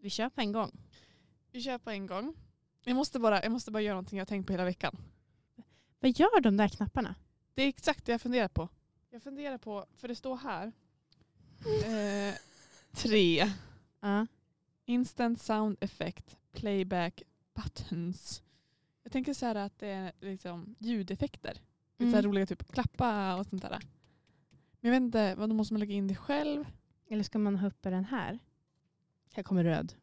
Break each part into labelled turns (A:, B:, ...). A: Vi kör på en gång.
B: Vi kör på en gång. Jag måste bara, jag måste bara göra någonting jag har tänkt på hela veckan.
A: Vad gör de där knapparna?
B: Det är exakt det jag funderar på. Jag funderar på, för det står här. Eh, tre.
A: Ja.
B: Instant sound effect, playback, buttons. Jag tänker så här att det är liksom ljudeffekter. Lite så här
A: Mm.
B: roliga typ klappa och sånt där. Men jag vet inte, vad då måste man lägga in det själv?
A: Eller ska man ha uppe den här? Här kommer röd.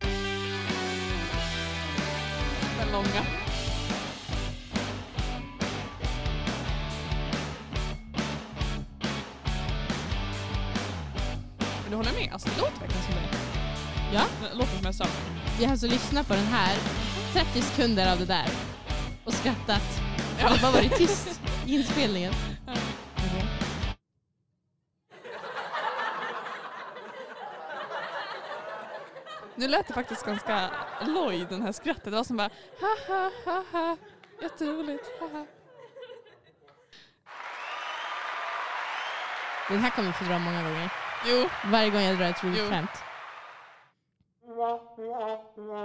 B: Den långa. Men du håller med? Alltså det låter verkligen som det.
A: Ja.
B: Det låter som jag sa.
A: Vi har alltså lyssnat på den här, 30 sekunder av det där och skrattat. Det har bara varit tyst i inspelningen.
B: Ja.
A: Okej.
B: Nu lät det faktiskt ganska loj den här skrattet. Det var som bara ha ha ha ha. Jätteroligt. Ha, ha.
A: Den här kommer jag få dra många gånger.
B: Jo,
A: Varje gång jag drar ett roligt
B: Jo.
A: skämt.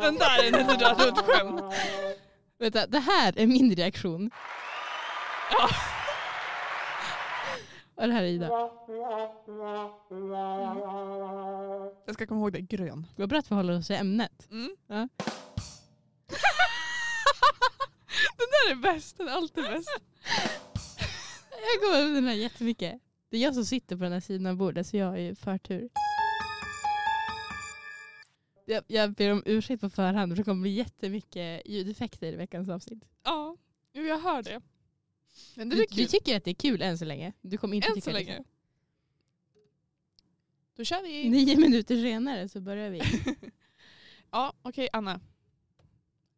B: den där är när du drar ett skämt.
A: Vänta, det här är min reaktion.
B: Ja.
A: Och det här är Ida.
B: Jag ska komma ihåg det, grön.
A: Vad bra att vi håller oss i ämnet.
B: Mm.
A: Ja.
B: den där är bäst, den är alltid bäst.
A: Jag går med den här jättemycket. Det är jag som sitter på den här sidan av bordet så jag har ju förtur. Jag, jag ber om ursäkt på förhand för det kommer bli jättemycket ljudeffekter i veckans avsnitt.
B: Ja, jo, jag hör det. Men det
A: Du,
B: blir
A: du
B: kul,
A: tycker att det är kul än så länge. Du kommer inte
B: än
A: tycka
B: så
A: det.
B: länge. Då kör vi.
A: Nio minuter senare så börjar vi.
B: Ja, okej Anna.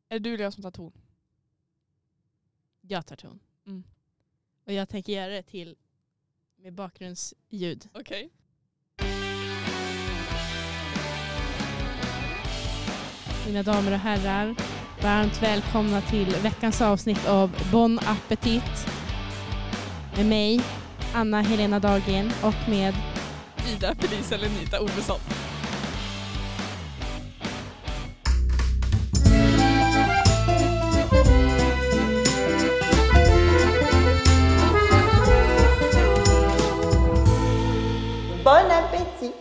B: Är det du eller jag som tar ton?
A: Jag tar ton.
B: Mm.
A: Och jag tänker göra det till med bakgrundsljud.
B: Okej.
A: Mina damer och herrar, varmt välkomna till veckans avsnitt av Bon Appetit. Med mig, Anna Helena Dahlgren och med
B: Ida, Felicia eller Nita Ovesson.
C: Bon appétit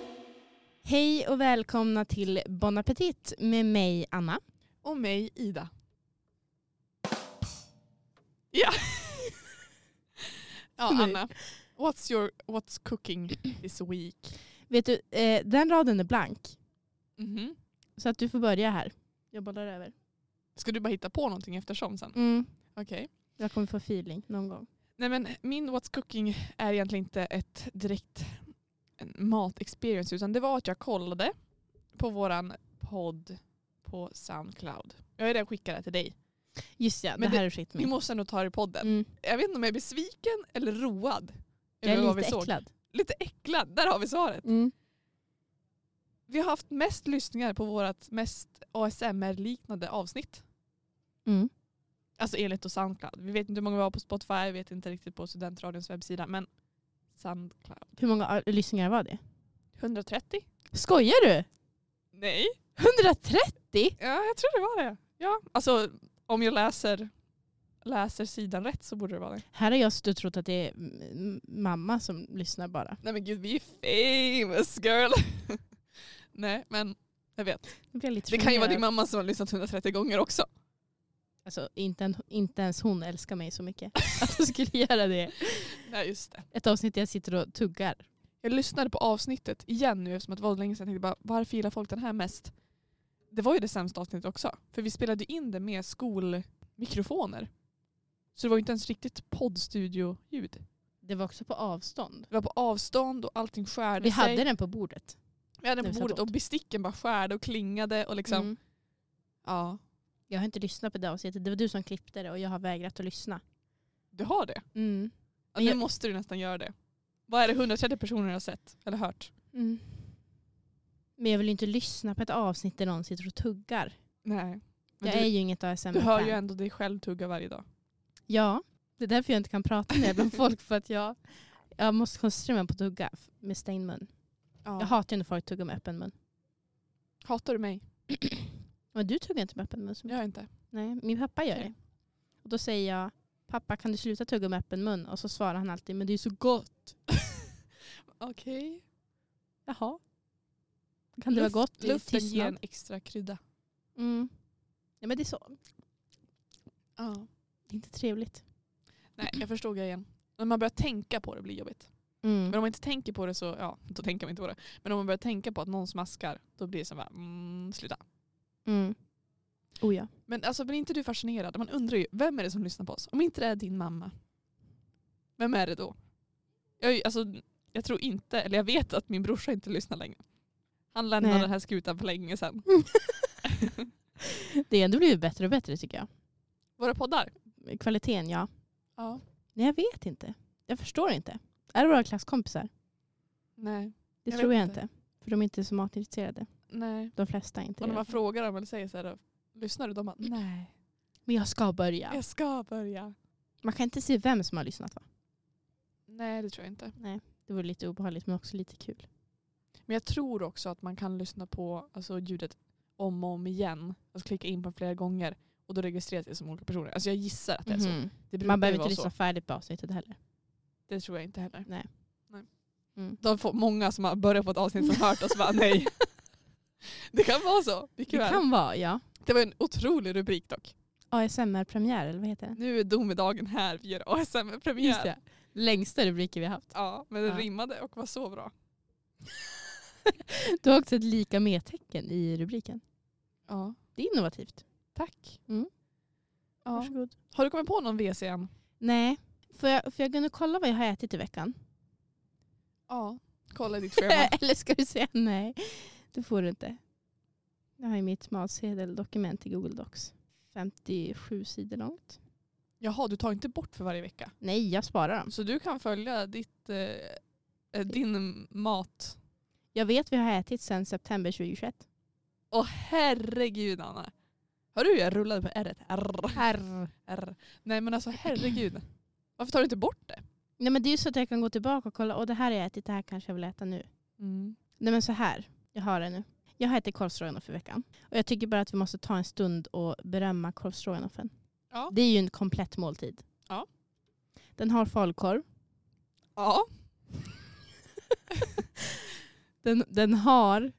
A: Hej och välkomna till Bon Appetit med mig, Anna.
B: Och mig, Ida. Ja. ja,
A: Nej.
B: Anna. What's, your, what's cooking this week?
A: Vet du, eh, den raden är blank.
B: Mhm.
A: Så att du får börja här. Jag bollar över.
B: Ska du bara hitta på någonting eftersom sen?
A: Mm.
B: Okej.
A: Jag kommer få feeling någon gång.
B: Nej men min What's Cooking är egentligen inte ett direkt en matexperience utan det var att jag kollade på våran podd på Soundcloud. Jag har ju redan skickat det till dig.
A: Just ja, det
B: Men
A: här är skit
B: Vi
A: med.
B: måste nog ta det i podden.
A: Mm.
B: Jag vet inte om jag är besviken eller road.
A: Jag
B: över vad
A: är
B: vi
A: lite
B: såg.
A: äcklad.
B: Lite äcklad, där har vi svaret.
A: Mm.
B: Vi har haft mest lyssningar på vårt mest ASMR-liknande avsnitt.
A: Mm.
B: Alltså enligt och Soundcloud. Vi vet inte hur många vi har på Spotify, vi vet inte riktigt på Studentradions webbsida men Soundcloud.
A: Hur många eh, lyssningar var det?
B: 130?
A: Skojar du?
B: Nej.
A: 130?
B: Ja, jag tror det var det. Ja, alltså om jag läser, läser sidan rätt så borde det vara det.
A: Här har jag suttit och trott att det är m- m- mamma som lyssnar bara.
B: Nej men gud, vi är famous girl. Nej, men jag vet.
A: Nu blir jag lite
B: Det kan ju vara
A: generad.
B: din mamma som har lyssnat 130 gånger också.
A: Alltså, inte, en, inte ens hon älskar mig så mycket. Att hon skulle göra det.
B: Nej, just det.
A: Ett avsnitt där jag sitter och tuggar.
B: Jag lyssnade på avsnittet igen nu eftersom att det var länge sedan. Jag tänkte bara, varför gillar folk den här mest? Det var ju det sämsta avsnittet också. För vi spelade in det med skolmikrofoner. Så det var ju inte ens riktigt poddstudio-ljud.
A: Det var också på avstånd.
B: Det var på avstånd och allting skärde
A: Vi
B: sig.
A: hade den på bordet.
B: Vi hade den
A: när
B: på
A: vi satt
B: bordet
A: åt.
B: och besticken bara skärde och klingade. Och liksom,
A: Mm.
B: ja.
A: Jag har inte lyssnat på det avsnittet. Det var du som klippte det och jag har vägrat att lyssna.
B: Du har det?
A: Mm.
B: Ja,
A: Men
B: nu
A: jag-
B: måste du nästan göra det. Vad är det 130 personer har sett eller hört?
A: Mm. Men jag vill ju inte lyssna på ett avsnitt där någon sitter och tuggar.
B: Nej. Men
A: Jag
B: du,
A: är ju inget ASMR-fan.
B: du hör ju ändå dig själv tugga varje dag.
A: Ja, det är därför jag inte kan prata mer bland folk. För att jag, jag måste koncentrera mig på att tugga f- med stängd mun.
B: Ja.
A: Jag hatar ju när folk tuggar med öppen mun.
B: Hatar du mig?
A: Men du tuggar inte med öppen mun så mycket.
B: Jag inte.
A: Nej, min pappa gör
B: Okej.
A: det. Och då säger jag, pappa kan du sluta tugga med öppen mun? Och så svarar han alltid, men det är så gott.
B: Okej.
A: Jaha. Kan det vara gott i
B: Luften ger
A: tystnad?
B: en extra krydda.
A: Mm. Ja, men det är så.
B: Ja. Mm.
A: Det är inte trevligt.
B: Nej, jag förstod igen. När man börjar tänka på det blir det jobbigt.
A: Mm.
B: Men om man inte tänker på det så, ja, då tänker man inte på det. Men om man börjar tänka på att någon smaskar, då blir det så här, mm, sluta.
A: Mm. Oh ja.
B: Men alltså blir inte du fascinerad? Man undrar ju, vem är det som lyssnar på oss? Om inte det är din mamma, vem är det då? Jag, är ju- alltså, jag tror inte, eller jag vet att min brorsa inte lyssnar längre. Han lämnade
A: Nej.
B: den här skutan för länge sedan.
A: Det har ändå blivit bättre och bättre tycker jag.
B: Våra poddar?
A: Kvaliteten, ja.
B: Ja.
A: Nej, jag vet inte. Jag förstår inte. Är det våra klasskompisar?
B: Nej.
A: Det
B: Jag
A: tror
B: vet
A: jag
B: inte.
A: inte. För de är inte så matintresserade.
B: Nej.
A: De flesta är inte
B: Och när
A: det.
B: man frågar dem eller säger så här, lyssnar du? De bara, nej,
A: Men jag ska börja.
B: jag ska börja.
A: Man kan inte se vem som har lyssnat va?
B: Nej, det tror jag inte.
A: Det vore lite obehagligt men också lite kul.
B: Men jag tror också att man kan lyssna på alltså, ljudet om och om igen. Alltså klicka in på flera gånger och då registreras det som olika personer. Alltså jag gissar att det är så.
A: Mhm.
B: Det brukar
A: Man
B: ju
A: behöver
B: vara
A: inte
B: så.
A: lyssna färdigt på avsnittet heller.
B: Det tror jag inte heller.
A: Nej.
B: Nej.
A: Mm.
B: De får många som har börjat på ett avsnitt som hört oss bara nej. Det kan vara så. Det,
A: Det
B: kan...
A: kan vara, ja.
B: det var en otrolig rubrik dock.
A: ASMR-premiär, eller vad heter den?
B: Nu är domedagen här, vi gör ASMR-premiär.
A: Just det. Längsta rubriker vi har haft.
B: Ja, men det
A: Ja.
B: rimmade och var så bra.
A: Du har också ett lika med-tecken i rubriken.
B: Ja,
A: Det är innovativt.
B: tack.
A: Mm.
B: Ja.
A: Varsågod.
B: Har du kommit på någon WC än?
A: Nej, får jag, får jag kunna kolla vad jag har ätit i veckan?
B: Ja. Kolla i ditt schema.
A: eller ska du säga nej? Det får du inte. Jag har ju mitt matsedeldokument i Google Docs. 57 sidor långt.
B: Jaha, du tar inte bort för varje vecka.
A: Nej, jag sparar dem.
B: Så du kan följa ditt, eh, eh, din mat.
A: Jag vet vad jag har ätit sedan september 2021.
B: Åh herregud Anna. Hör du hur jag rullade på r R.
A: Herr.
B: R. Nej men alltså herregud. Varför tar du inte bort det?
A: Nej men det är ju så att jag kan gå tillbaka och kolla, och det här har jag ätit, det här kanske jag vill äta nu. Nej men så här, jag har det nu. Jag har ätit korvstroganoff i veckan. Och jag tycker bara att vi måste ta en stund och berömma korvstroganoffen.
B: Ja.
A: Det är ju en komplett måltid.
B: Ja.
A: Den har falukorv.
B: Ja.
A: Den, den har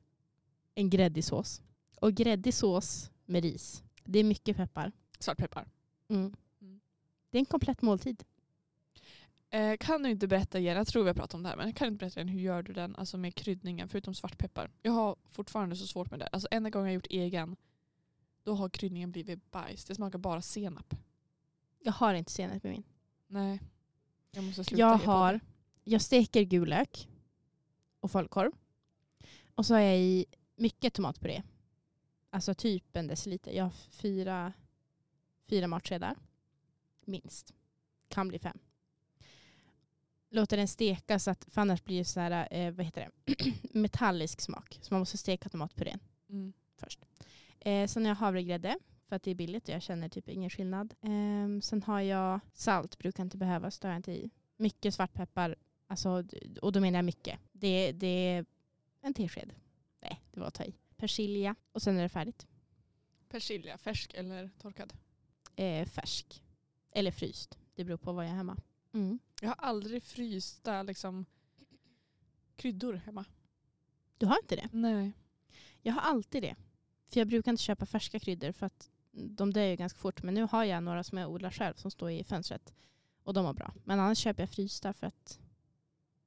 A: en gräddig sås. Och gräddig sås med ris. Det är mycket peppar.
B: Svartpeppar. Mm.
A: Det är en komplett måltid.
B: Eh, kan du inte berätta igen, jag tror vi har pratat om det här, men kan du inte berätta igen hur gör du den alltså med kryddningen förutom svartpeppar? Jag har fortfarande så svårt med det. Alltså enda gången jag gjort egen då har kryddningen blivit bajs. Det smakar bara senap.
A: Jag har inte senap i min.
B: Nej. Jag måste sluta
A: Jag
B: ge på
A: har,
B: det.
A: jag steker gul lök och falukorv. Och så har jag i mycket tomatpuré. Alltså typ en deciliter. Jag har fyra, fyra matskedar. Minst. Kan bli fem. Låter den steka så att, för annars blir det så här, eh, vad heter det, metallisk smak. Så man måste steka tomatpurén.
B: Mm.
A: först. Eh, sen har jag havregrädde för att det är billigt och jag känner typ ingen skillnad. Ehm, sen har jag salt, brukar inte behövas, det har jag inte i. Mycket svartpeppar, alltså, d- och då menar jag mycket. Det, det är en tesked. Nej, det var att ta i. Persilja och sen är det färdigt.
B: Persilja, färsk eller torkad?
A: Eh, färsk. Eller fryst, det beror på vad jag har hemma. Mm.
B: Jag har aldrig frysta liksom, kryddor hemma.
A: Du har inte det?
B: Nej.
A: Jag har alltid det. För jag brukar inte köpa färska kryddor för att de dör ju ganska fort. Men nu har jag några som jag odlar själv som står i fönstret. Och de var bra. Men annars köper jag frysta för att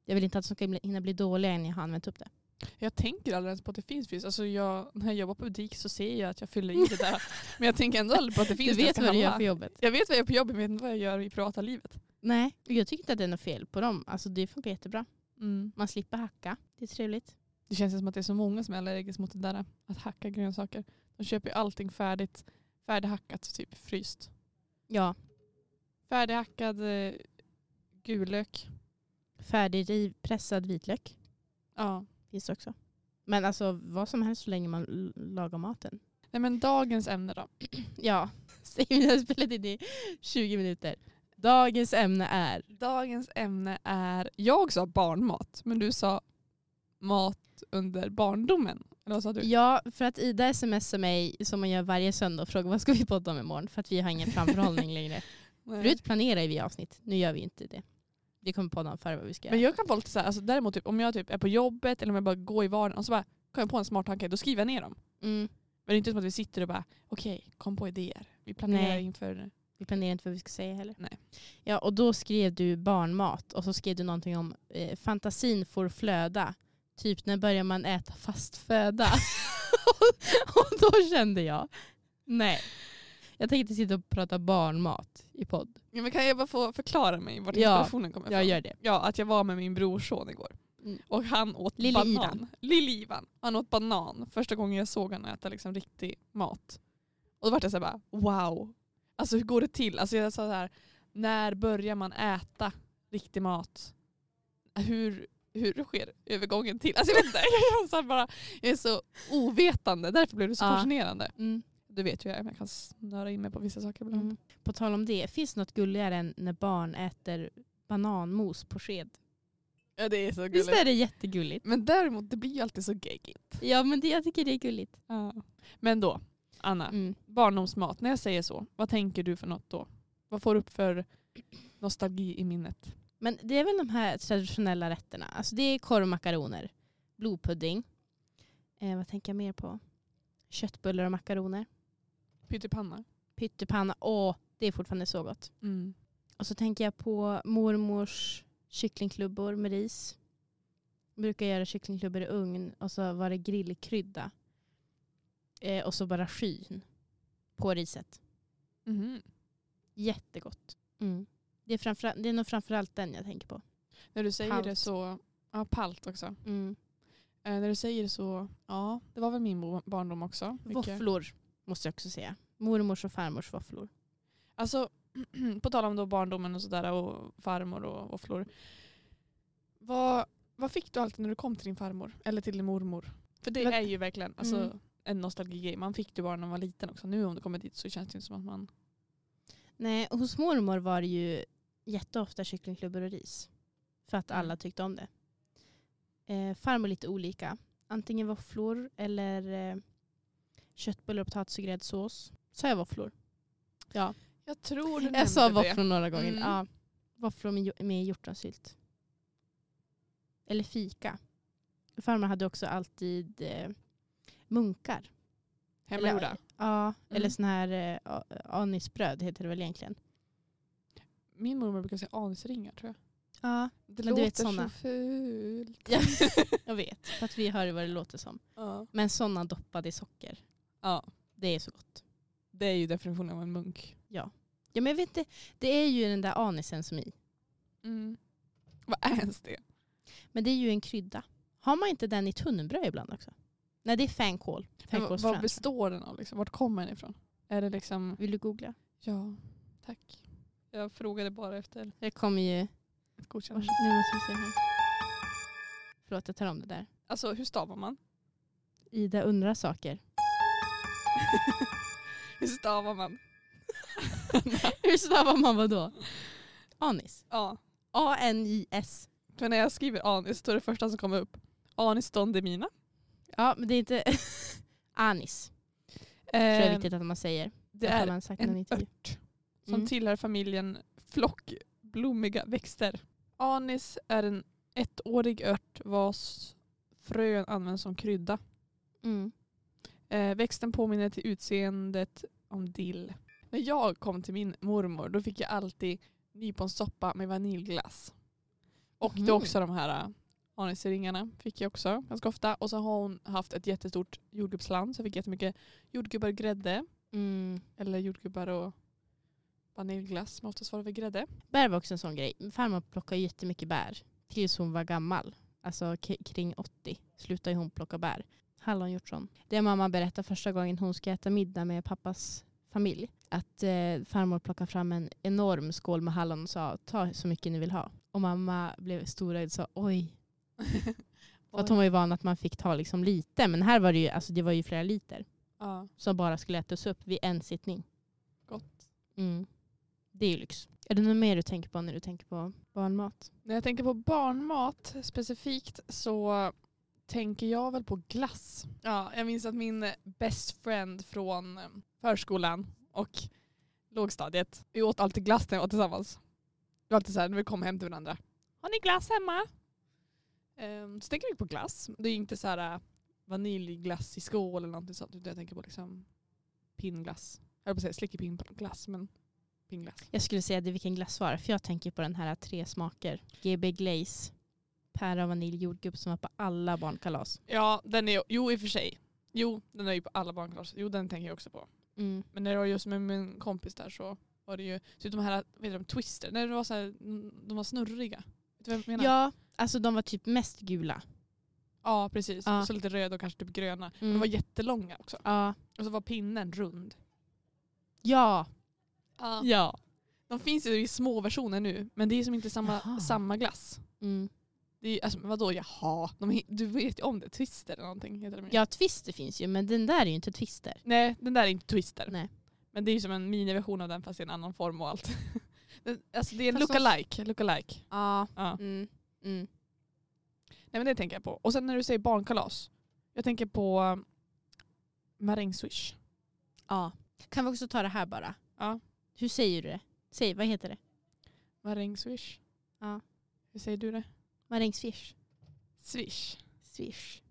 A: jag vill inte att de ska bli- hinna bli dåliga innan jag har använt upp det.
B: Jag tänker aldrig ens på att det finns fisk. Alltså jag, när jag jobbar på butik så ser jag att jag fyller i det där. Men jag tänker ändå aldrig på att det finns
A: du
B: när
A: vet
B: jag ska
A: vad du gör
B: handla.
A: på jobbet.
B: Jag vet vad jag gör på jobbet men jag vet inte vad jag gör i privata livet.
A: Nej, jag tycker inte att det är något fel på dem. Alltså det funkar jättebra. Man slipper hacka. Det är trevligt.
B: Det känns som att det är så många som är allergiska mot det där. Att hacka grönsaker. De köper ju allting färdigt. Färdighackat, typ fryst.
A: Ja,
B: Färdighackad eh, gulök.
A: färdigriv pressad vitlök
B: Ja.
A: finns det också. Men alltså vad som helst så länge man l- lagar maten.
B: Nej men dagens ämne då.
A: Ja, säg vi har spelat in i 20 minuter. Dagens ämne är
B: Dagens ämne är, jag sa barnmat, men du sa mat under barndomen. Eller vad sa du?
A: Ja, för att Ida smsar mig som hon gör varje söndag och frågar vad ska vi podda om imorgon för att vi har ingen framförhållning längre.
B: Nej.
A: Förut planerar vi avsnitt, nu gör vi inte det. Vi kommer podda om före vad vi ska
B: Men
A: göra.
B: jag kan vara lite såhär, alltså däremot typ, om jag typ är på jobbet eller om jag bara går i vardagen och så bara, kommer jag på en smart tanke, då skriver jag ner dem.
A: Mm,
B: Men det är inte som att vi sitter och bara, okej, kom på idéer. Vi planerar
A: Nej.
B: inför...
A: vi planerar inte vad vi ska säga heller.
B: Nej.
A: Ja, och då skrev du barnmat och så skrev du någonting om eh, fantasin får flöda. Typ när börjar man äta fast föda? och då kände jag, nej. Jag tänker inte sitta och prata barnmat i podd.
B: Ja, men kan jag bara få förklara mig vart
A: Ja,
B: inspirationen kommer
A: Jag
B: ifrån?
A: gör det.
B: Ja, att jag var med min brorson igår.
A: Mm.
B: Och han åt
A: Lille
B: banan.
A: Ivan.
B: Lille Ivan. Han åt banan första gången jag såg honom äta liksom riktig mat. Och då vart jag så här bara, wow. Alltså hur går det till? Alltså jag sa så här, när börjar man äta riktig mat? Hur, hur sker övergången till? Alltså jag vet inte. Jag, är så här bara, jag är så ovetande, därför blev det så
A: Ja.
B: fascinerande.
A: Mm.
B: Du vet ju jag är, men jag kan snöra in mig på vissa saker ibland.
A: Mm. På tal om det, finns något gulligare än när barn äter bananmos på sked?
B: Ja, det är så
A: Visst
B: gulligt.
A: är det jättegulligt?
B: Men däremot, det blir ju alltid så geggigt.
A: Ja men det, jag tycker det är gulligt.
B: Men då, Anna.
A: Mm.
B: barndomsmat, när jag säger så, vad tänker du för något då? Vad får du upp för nostalgi i minnet?
A: Men det är väl de här traditionella rätterna. Alltså det är korv och makaroner, blodpudding. Eh, vad tänker jag mer på? Köttbullar och makaroner.
B: Pyttipanna.
A: Pyttipanna. Åh, det är fortfarande så gott.
B: Mm.
A: Och så tänker jag på mormors kycklingklubbor med ris. Jag brukar göra kycklingklubbor i ugn och så var det grillkrydda. Eh, och så bara skyn på riset.
B: Mhm.
A: Jättegott. Mm. Det, är framförallt- det är nog framförallt den jag tänker på.
B: När du säger det
A: Palt.
B: så, ja palt också.
A: Mm.
B: Eh, när du säger det så, ja det var väl min bo- barndom också. Mycket.
A: Våfflor måste jag också säga. Mormors och farmors våfflor.
B: Alltså på tal om då barndomen och sådär och farmor och våfflor. Vad, vad fick du alltid när du kom till din farmor? Eller till din mormor? För det
A: Men-
B: är ju verkligen alltså,
A: Mm.
B: en nostalgigrej. Man fick det bara när man var liten också. Nu om du kommer dit så känns det ju som att man
A: Nej, och hos mormor var det ju jätteofta kycklingklubbor och ris. För att alla
B: Mm.
A: tyckte om det. Eh, farmor lite olika. Antingen våfflor eller eh, köttbullar och potatis och gräddsås. Sa jag våfflor? Ja,
B: Jag tror du nämnde
A: jag sa
B: det.
A: våfflor några gånger.
B: Mm.
A: Ja, våfflor med, jo- med hjortronsylt. Eller fika. Farmor hade också alltid eh, munkar.
B: Hemmagjorda.
A: Ja, eller
B: Mm.
A: sån här eh, a- anisbröd heter det väl egentligen.
B: Min mormor brukar säga anisringar tror jag.
A: Ja,
B: Det
A: Men du
B: låter
A: vet såna.
B: så fult.
A: jag, jag vet. För att vi hör vad det låter som.
B: Ja.
A: Men såna doppade i socker, det är så gott.
B: Det är ju definitionen av en munk.
A: Ja men jag vet inte, det är ju den där anisen som är i.
B: Mm. Vad är ens det?
A: Men det är ju en krydda. Har man inte den i tunnbröd ibland också? Nej det är fänkål.
B: Men vad- vad
A: Fänkålsfrön.
B: består den av? Liksom? Vart kommer den ifrån? Är det liksom...
A: Vill du googla?
B: Ja, tack. Jag frågade bara efter
A: Det kommer ju...
B: ett godkännande.
A: Vars- Nu måste vi se här. Förlåt jag tar om det där.
B: Alltså hur stavar man?
A: Ida undrar saker.
B: Hur stavar man?
A: Hur stavar man vadå? Anis.
B: Ja.
A: A-N-I-S.
B: För när jag skriver anis då är det första som kommer upp. Anis don demina.
A: Ja, men det är inte anis. Tror jag är viktigt att man säger.
B: Ehm, Eh, det
A: Jag tror
B: är
A: man sagt i någon
B: en
A: intervju.
B: ört som
A: Mm.
B: tillhör familjen flockblommiga växter. Anis är en ettårig ört vars frön används som krydda.
A: Mm.
B: Eh, växten påminner till utseendet om dill. När jag kom till min mormor då fick jag alltid nyponsoppa med vaniljglass. Och det
A: Mhm.
B: är också de här eh, anisringarna fick jag också ganska ofta. Och så har hon haft ett jättestort jordgubbsland så jag fick jättemycket jordgubbar och grädde.
A: Mm.
B: Eller jordgubbar och vaniljglass som oftast var det väl grädde.
A: Bär var också en sån grej. Min Farmor plockade jättemycket bär tills hon var gammal. Alltså k- kring 80 slutade hon plocka bär. Hallonhjortron. Det mamma berättade första gången hon ska äta middag med pappas familj. Att eh, farmor plockade fram en enorm skål med hallon och sa ta så mycket ni vill ha. Och mamma blev storögd och sa oj. För att hon var ju van att man fick ta liksom lite. Men här var det ju, alltså, det var ju flera liter.
B: Ja.
A: som bara skulle ätas upp vid en sittning.
B: Gott.
A: Mm. Det är ju lyx. Är det något mer du tänker på när du tänker på barnmat?
B: När jag tänker på barnmat specifikt så tänker jag väl på glass. Ja, jag minns att min best friend från eh, förskolan och lågstadiet, vi åt alltid glass när vi var tillsammans. Det var alltid så här när vi kom hem till varandra. Har ni glass hemma? Um, så tänker vi på glass. Det är inte så här eh, vaniljglass i skål eller någonting sånt. utan Jag tänker på liksom pinnglass. Jag höll på att säga slickepinngglass, men pinnglass.
A: Jag skulle säga det vilken glass var för jag tänker på den här tre smaker. GB Glaze, pära, vanilj, jordgubb som var på alla barnkalas.
B: Ja, den är Jo, i och för sig. Jo, den är ju på alla barnkalas. Jo, den tänker jag också på.
A: Mm.
B: Men när det var just med min kompis där så var det ju typ de här, vad heter de, twister. När det var så här, mm, de var snurriga. Vet du vad jag menar?
A: Ja, alltså de var typ mest gula.
B: ja precis.
A: Ja.
B: Och så lite röda och kanske typ gröna. Men de
A: Mm.
B: var jättelånga också.
A: Ja.
B: Och så var pinnen rund.
A: Ja.
B: Ja.
A: ja.
B: De finns ju i små versioner nu, men det är som inte
A: Jaha.
B: samma, samma glass.
A: Mm.
B: Det är, ju- alltså, men vadå jaha? De, he- du vet ju om det, twister eller någonting heter det.
A: Ja, Twister finns ju men den där är ju inte Twister.
B: Nej, den där är inte Twister.
A: Nej.
B: Men det är ju som en miniversion av den fast i en annan form och allt. Den- alltså det är en
A: Fast de-
B: look-alike. Look
A: Ja.
B: ja.
A: Mm. Mm.
B: Nej men det tänker jag på. Och sen när du säger barnkalas. Jag tänker på um, marängswish.
A: ja. Kan vi också ta det här bara?
B: Ja.
A: Hur säger du det? Säg, vad heter det?
B: Marängswish.
A: Ja.
B: Hur säger du det?
A: Marängsfish.
B: Swish.
A: Swish.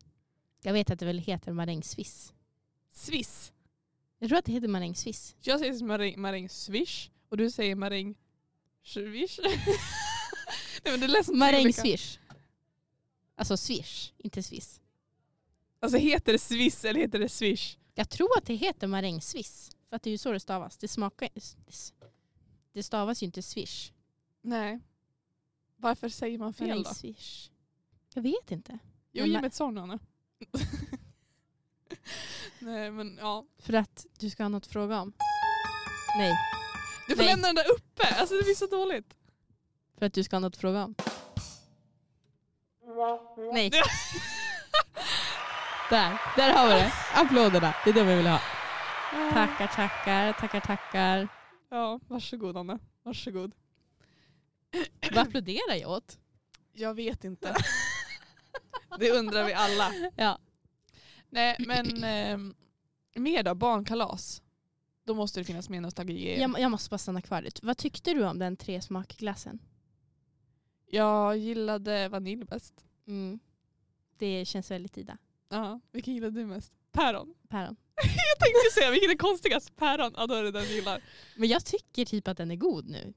A: Jag vet att det väl heter marängsviss.
B: Swiss.
A: Jag tror att det heter marängsviss.
B: Jag säger maräng, marängswish och du säger maräng... Swish. Nej men det lät som tre olika-
A: Marängsvish. Alltså swish, inte swiss.
B: Alltså heter det swiss eller heter det swish?
A: Jag tror att det heter marängsviss. För att det är ju så det stavas. Det, smakar, det stavas ju inte swish.
B: Nej. Varför säger man fel då?
A: Marängsvish. Jag vet inte.
B: Jo,
A: Men
B: ge
A: ma-
B: mig ett svar Nanne. Nej men ja.
A: För att du ska ha något att fråga om. Nej,
B: Du får
A: Nej.
B: lämna den där uppe, alltså det blir så dåligt.
A: för att du ska ha något att fråga om. Nej. Där, där har vi det. Applåderna, det är det vi vill ha. Tackar, tackar, tackar, tackar.
B: Ja, varsågod Anna. Varsågod.
A: Vad applåderar jag åt?
B: Jag vet inte. det undrar vi alla.
A: Ja.
B: Nej men eh, mer då, barnkalas. Då måste det finnas mer nostalgi. Jag,
A: Jag, jag måste bara stanna kvar lite. Vad tyckte du om den tresmakglassen?
B: jag gillade vanilj bäst.
A: Mm. Det känns väldigt Ida.
B: Ja, vilken gillade du mest? Päron.
A: Päron.
B: Jag tänkte säga vilken är konstigast? Päron, ja då är det den jag gillar.
A: Men jag tycker typ att den är god nu.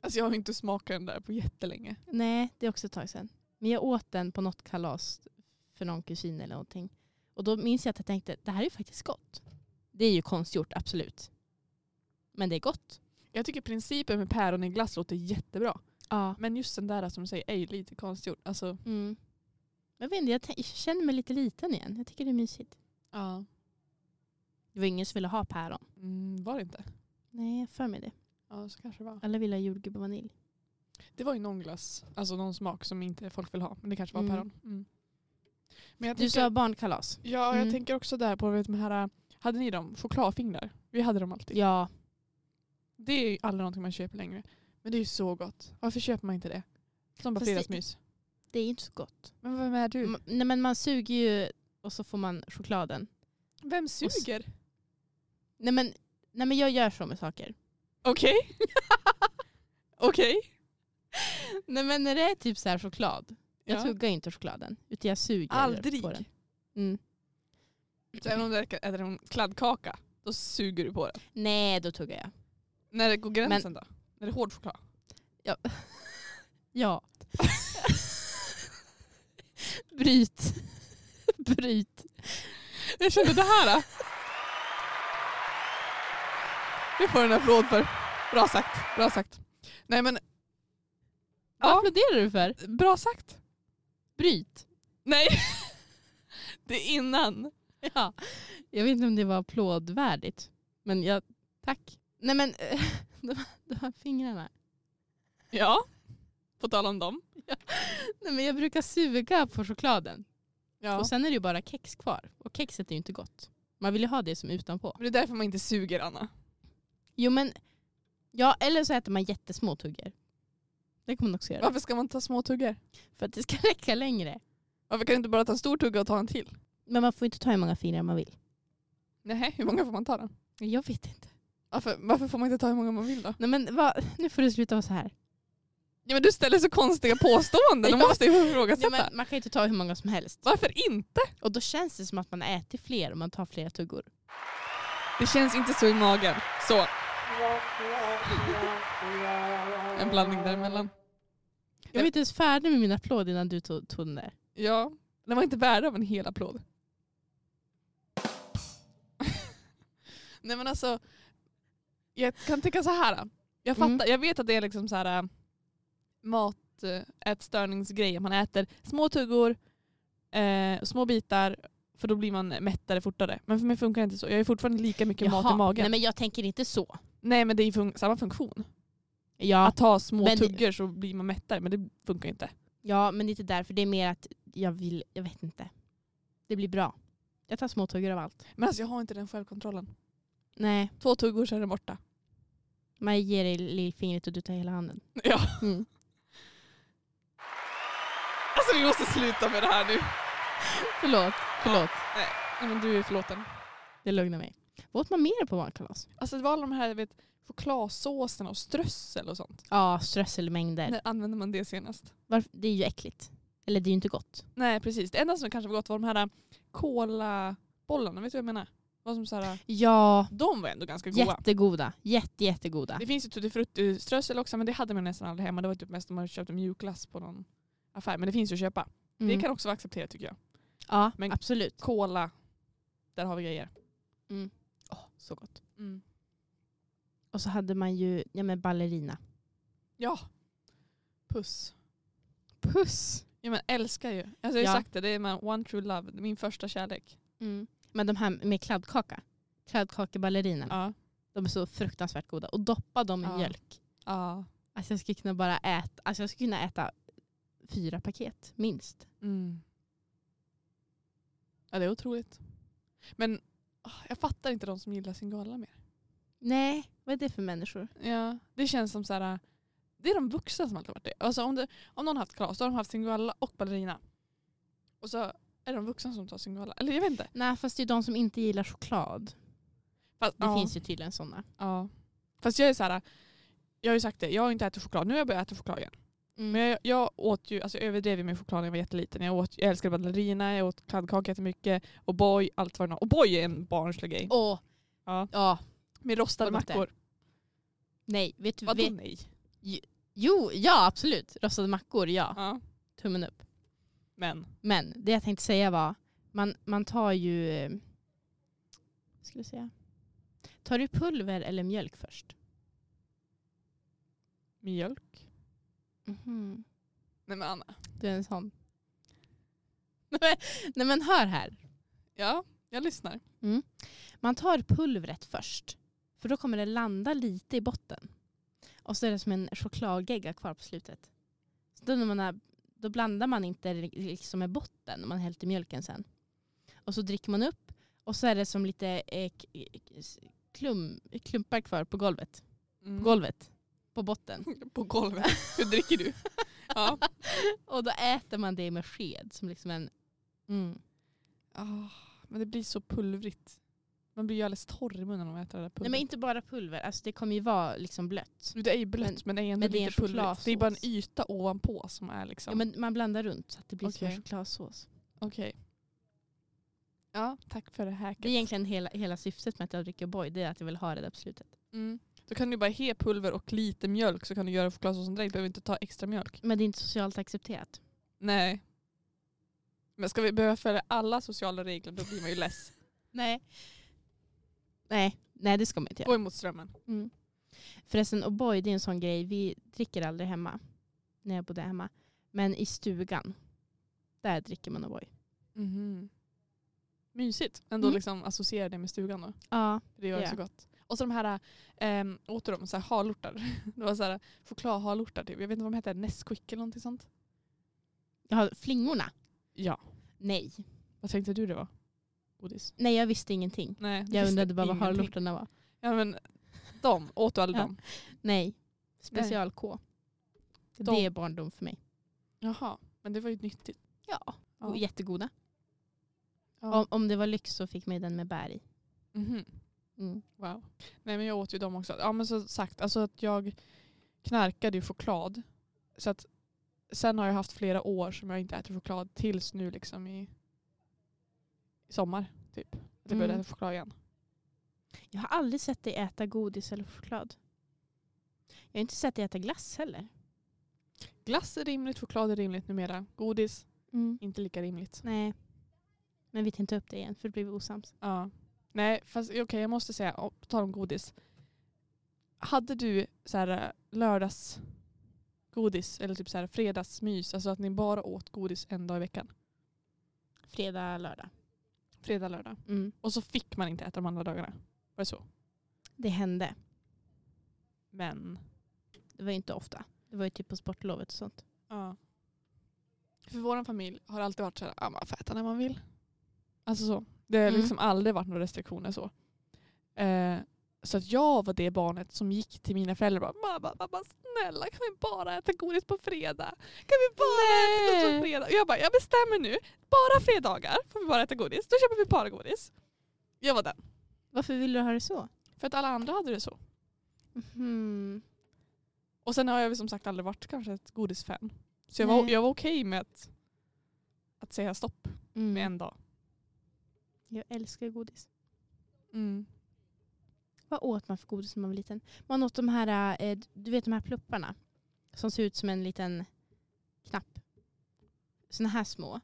B: Alltså jag har inte smakat den där på jättelänge.
A: Nej, det är också ett tag sedan. Men jag åt den på något kalas för någon kusin eller någonting. Och då minns jag att jag tänkte, det här är ju faktiskt gott. Det är ju konstgjort, absolut. Men det är gott.
B: Jag tycker principen med päron i glass låter jättebra.
A: Ja.
B: Men just den där som du säger är ju lite konstgjord. Alltså,
A: Mm. Jag vet inte, jag, tän- jag känner mig lite liten igen. Jag tycker det är mysigt.
B: ja.
A: Det var ingen som ville ha päron.
B: mm, var det inte?
A: Nej, jag för mig det.
B: Ja, så kanske det var.
A: Alla ville ha jordgubb och vanilj.
B: Det var ju någon glass, alltså någon smak som inte folk vill ha. Men det kanske var
A: Mm.
B: päron. Mm. Men jag
A: Du
B: tänker,
A: sa barnkalas.
B: ja, jag
A: Mm.
B: tänker också där på vet, de här, äh, hade ni dem? Chokladfingrar. Vi hade dem alltid.
A: Ja.
B: Det är ju aldrig någonting man köper längre. Men det är ju så gott. Varför köper man inte det? Som bara Mm.
A: Fast det-
B: fredagsmys.
A: Det är inte så gott.
B: Men vem är du?
A: Ma- nej, men man suger ju och så får man chokladen.
B: Vem
A: s-
B: suger?
A: Nej men, nej, men jag gör så med saker.
B: Okej. Okej.
A: Nej men när det är typ så här choklad. Jag
B: Ja.
A: tuggar inte chokladen. Utan jag suger
B: Aldrig.
A: på den. Mm.
B: Så även om du äter äter en kladdkaka, då suger du på den.
A: Nej, då tuggar jag.
B: När det går gränsen då? När det är hård choklad?
A: Ja. Bryt. Bryt.
B: Jag kände det här. Då. Jag får en applåd för. Bra sagt. Bra sagt. Nej men,
A: Vad
B: Ja.
A: applåderar du för?
B: bra sagt.
A: Bryt.
B: Nej. Det är innan.
A: Ja. Jag vet inte om det var applådvärdigt. Men jag, tack. Nej men, de, de här fingrarna.
B: Ja. På tal om dem.
A: Nej men jag brukar suga på chokladen.
B: Ja.
A: Och sen är det ju bara kex kvar. Och kexet är ju inte gott. Man vill ju ha det som är utanpå.
B: Men det är därför man inte suger Anna.
A: Jo men, ja eller så äter man jättesmå tuggor. Det kommer man också göra.
B: Varför ska man ta små tuggar?
A: För att det ska räcka längre.
B: Varför kan du inte bara ta en stor tugga och ta en till?
A: Men man får inte ta hur många fingrar man vill.
B: Nej, hur många får man ta då?
A: Jag vet inte.
B: Varför, varför får man inte ta hur många man vill då?
A: Nej, men va? Nu får du sluta vara så här.
B: Ja, men du ställer så konstiga påståenden, de
A: Ja.
B: måste ju
A: Nej,
B: ifrågasätta.
A: men man kan ju inte ta hur många som helst.
B: Varför inte?
A: Och då känns det som att man äter fler om man tar flera tuggor.
B: Det känns inte så i magen. Så, en blandning däremellan.
A: Jag var inte ens färdig med min applåd innan du tog, tog den där.
B: Ja, den var inte värd av en hel applåd. Nej men alltså, jag kan tycka så här. då. Jag, fattar,
A: Mm.
B: jag vet att det är liksom så här äh, mat, äh, ätstörningsgrejer. Man äter små tuggor, eh, små bitar, för då blir man mättare fortare. Men för mig funkar det inte så. Jag har ju fortfarande lika mycket mat i magen.
A: Nej men jag tänker inte så.
B: Nej men det är ju fun- samma funktion.
A: Ja.
B: Att ta små
A: men-
B: tuggor så blir man mättare, men det funkar inte.
A: ja men inte därför. Det är mer att jag vill, jag vet inte. Det blir bra. Jag tar små tuggor av allt.
B: Men alltså jag har inte den självkontrollen.
A: Nej,
B: Två tuggor så är den borta.
A: man ger dig lillfingret och du tar hela handen.
B: Ja.
A: Mm.
B: Alltså vi måste sluta med det här nu.
A: Förlåt, förlåt.
B: Nej men du är förlåten.
A: Det lugnar mig. Vad åt man mer på barnkalas?
B: Alltså det var alla de här vet, chokladsåserna och strössel och sånt.
A: Ja, strösselmängder.
B: När använde man det senast?
A: Varför? Det är ju äckligt. Eller det är ju inte gott.
B: Nej precis, det enda som kanske var gott var de här äh, kolabollarna, vet du vad jag menar? Var som så här, äh,
A: Ja,
B: de var ändå ganska goda.
A: jättegoda. Jätte, jättegoda.
B: Det finns ju tuttifrutti-strössel också men det hade man nästan aldrig hemma. Det var typ mest om man köpte mjukglass på någon affär. Men det finns ju att köpa.
A: Mm.
B: Det kan också vara accepterat tycker jag.
A: Ja,
B: Men-
A: absolut.
B: Cola, där har vi grejer.
A: Så gott.
B: Mm.
A: Och så hade man ju ja, men ballerina.
B: Ja. Puss.
A: Puss!
B: Ja men älskar ju. Alltså, jag har ju
A: Ja.
B: sagt det, det är my one true love, min första kärlek.
A: Mm. Men de här med kladdkaka. Kladdkakeballerina.
B: Ja.
A: De är så fruktansvärt goda. Och doppa dem i
B: Ja.
A: mjölk.
B: ja.
A: Alltså jag skulle kunna bara äta, alltså jag skulle kunna äta fyra paket minst.
B: Mm. Ja det är otroligt. Men ah, jag fattar inte de som gillar sin gala mer.
A: Nej, vad är det för människor?
B: Ja, det känns som så här. äh, Det är de vuxna som alltid varit det. Alltså om, det, om någon haft kalas, då har de haft singoalla och ballerina. Och så är de vuxna som tar singoalla. Eller jag vet inte.
A: Nej, fast det är de som inte gillar choklad.
B: Fast,
A: Det
B: ja,
A: finns ju tydligen sådana.
B: Ja. Fast jag är så här. äh, Jag har ju sagt det, jag har inte ätit choklad. Nu har jag börjat äta choklad igen.
A: Mm.
B: Men jag, jag åt ju, alltså jag överdrev ju med choklad när jag var jätteliten. Jag, åt, jag älskade ballerina, jag åt kladdkaka jättemycket. Och boy, allt vad det var. Och boy är en barnslig grej.
A: Åh,
B: Ja.
A: ja.
B: Med rostade
A: vad gott det är.
B: mackor.
A: Nej, vet du?
B: Vadå
A: Vet,
B: nej?
A: jo, ja absolut. Rostade mackor, ja.
B: Ja.
A: Tummen upp.
B: Men.
A: Men det jag tänkte säga var, man, man tar ju... eh, vad Ska jag säga? Tar du pulver eller mjölk först?
B: Mjölk?
A: Mhm.
B: Nej men Anna.
A: Du är en sån. Nej, men- Nej men hör här.
B: Ja, jag lyssnar.
A: Man tar pulvret först. För då kommer det landa lite i botten. Och så är det som en chokladgegga kvar på slutet. Så då, när man har, då blandar man inte li- liksom med botten. Man häller i mjölken sen. Och så dricker man upp. Och så är det som lite eh, k- k- s- klum, klumpar kvar på golvet. På
B: Mm.
A: golvet. På botten.
B: På golvet. Hur dricker du? Ja.
A: Och då äter man det med sked. Som liksom en... Mm.
B: Ah, men det blir så pulvrigt. Man blir ju alldeles torr i munnen om man äter det
A: Nej
B: Mm, där pulvret.
A: men inte bara pulver. Alltså det kommer ju vara liksom blött.
B: det är ju blött men, det är ändå
A: men det är en
B: lite pulvrigt.
A: chokladsås.
B: Det är bara en yta ovanpå som är liksom...
A: Ja, men man blandar runt så att det blir som en
B: Okej.
A: chokladsås.
B: Okej. Ja, tack för det hacket.
A: Det är egentligen hela, hela syftet med att jag dricker O'boy, det är att jag vill ha det där på slutet.
B: Mm. Då kan du bara he pulver och lite mjölk så kan du göra chokladsåsen direkt. Du behöver inte ta extra mjölk.
A: Men det är inte socialt accepterat.
B: Nej. Men ska vi behöva följa alla sociala regler då blir man ju less.
A: Nej. Nej, nej det ska man inte göra.
B: Gå emot strömmen.
A: Mm. Förresten, O'boy det är en sån grej, vi dricker aldrig hemma. När jag bodde hemma. Men i stugan, där dricker man O'boy.
B: mm Mysigt. Ändå
A: Mm-hmm. Mm.
B: liksom associera det med stugan då.
A: Ja.
B: För det gör
A: Ja.
B: så gott. Och så de här, ähm, åt du dem, så här halortar. Det var så här chokladhalortar typ. Jag vet inte vad de hette, Nesquik eller någonting sånt.
A: Jag har flingorna.
B: Ja.
A: Nej.
B: Vad tänkte du det var? Godis?
A: Nej, jag visste ingenting.
B: Nej,
A: Jag
B: visste
A: undrade bara vad
B: ingenting.
A: harlortarna var.
B: Ja men de, åt du aldrig
A: Ja.
B: dem?
A: Nej. Special-K.
B: De-
A: Det är barndom för mig.
B: Jaha, men det var ju nyttigt.
A: Ja.
B: Ja.
A: Och jättegoda.
B: Ja.
A: Om, om det var lyx så fick man ju den med bär i.
B: Mhm.
A: Mm.
B: Wow. Nej men jag åt ju dem också. Ja men som sagt, alltså att jag knarkade ju choklad. Så att sen har jag haft flera år som jag inte äter choklad tills nu liksom i, i sommar typ. Att jag började
A: Mm.
B: äta choklad igen.
A: Jag har aldrig sett dig äta godis eller choklad. Jag har inte sett dig äta glass heller.
B: Glass är rimligt, choklad är rimligt numera. Godis,
A: Mm.
B: inte lika rimligt.
A: Nej. Men vi tar inte upp det igen för då blir vi osams.
B: Ja. Nej fast okej jag måste säga, och på tal om godis. Hade du så här lördagsgodis eller typ så här fredagsmys, alltså att ni bara åt godis en dag i veckan?
A: Fredag, lördag.
B: Fredag, lördag.
A: Mm.
B: Och så fick man inte äta de andra dagarna. Var det så?
A: Det hände.
B: Men.
A: Det var ju inte ofta. Det var ju typ på sportlovet och sånt.
B: Ja. För vår familj har alltid varit så här, ja man får äta när man vill. Alltså så. Det har
A: Mm.
B: liksom aldrig varit några restriktioner så. Eh, så att jag var det barnet som gick till mina föräldrar och bara mamma, mamma snälla kan vi bara äta godis på fredag? Kan vi bara äta godis
A: Nej.
B: på fredag? Och jag bara jag bestämmer nu, bara fredagar får vi bara äta godis. Då köper vi bara godis. Jag var den.
A: Varför ville du ha det så?
B: För att alla andra hade det så.
A: Mhm.
B: Och sen har jag väl som sagt aldrig varit kanske ett godisfan. Så jag var,
A: Nej.
B: jag var okej med att, att säga stopp
A: Mm.
B: med en dag.
A: Jag älskar godis.
B: Mm.
A: Vad åt man för godis när man var liten? Man åt de här, eh, du vet de här plupparna som ser ut som en liten knapp. Såna här små.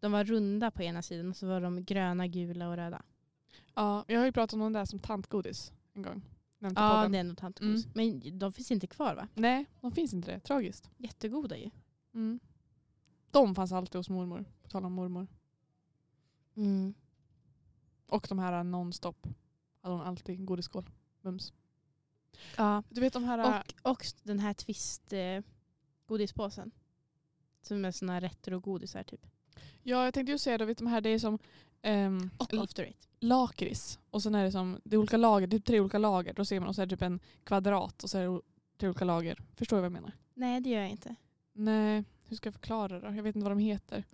A: De var runda på ena sidan och så var de gröna, gula och röda.
B: Ja, jag har ju pratat om den där som tantgodis en gång. Nämnt i
A: Ja,
B: podden.
A: det är nog tantgodis.
B: Mm.
A: Men de finns inte kvar va?
B: Nej, de finns inte det. Tragiskt.
A: Jättegoda ju.
B: Mm. De fanns alltid hos mormor. På tal om mormor. Och de här nonstop. Hade hon alltid en godisskål. Mums.
A: Ja.
B: Du vet de här...
A: Och, och den här twist eh, godispåsen. Som är såna här retrogodisar typ.
B: ja, jag tänkte ju säga det. Vet de här, det är som... ehm,
A: After it.
B: lakrits. Och sen är det som, det är olika lager, typ tre olika lager. Då ser man, och så är det typ en kvadrat och så är det o- tre olika lager. Förstår du vad jag menar?
A: Nej det gör jag inte.
B: Nej, hur ska jag förklara det då? Jag vet inte vad de heter.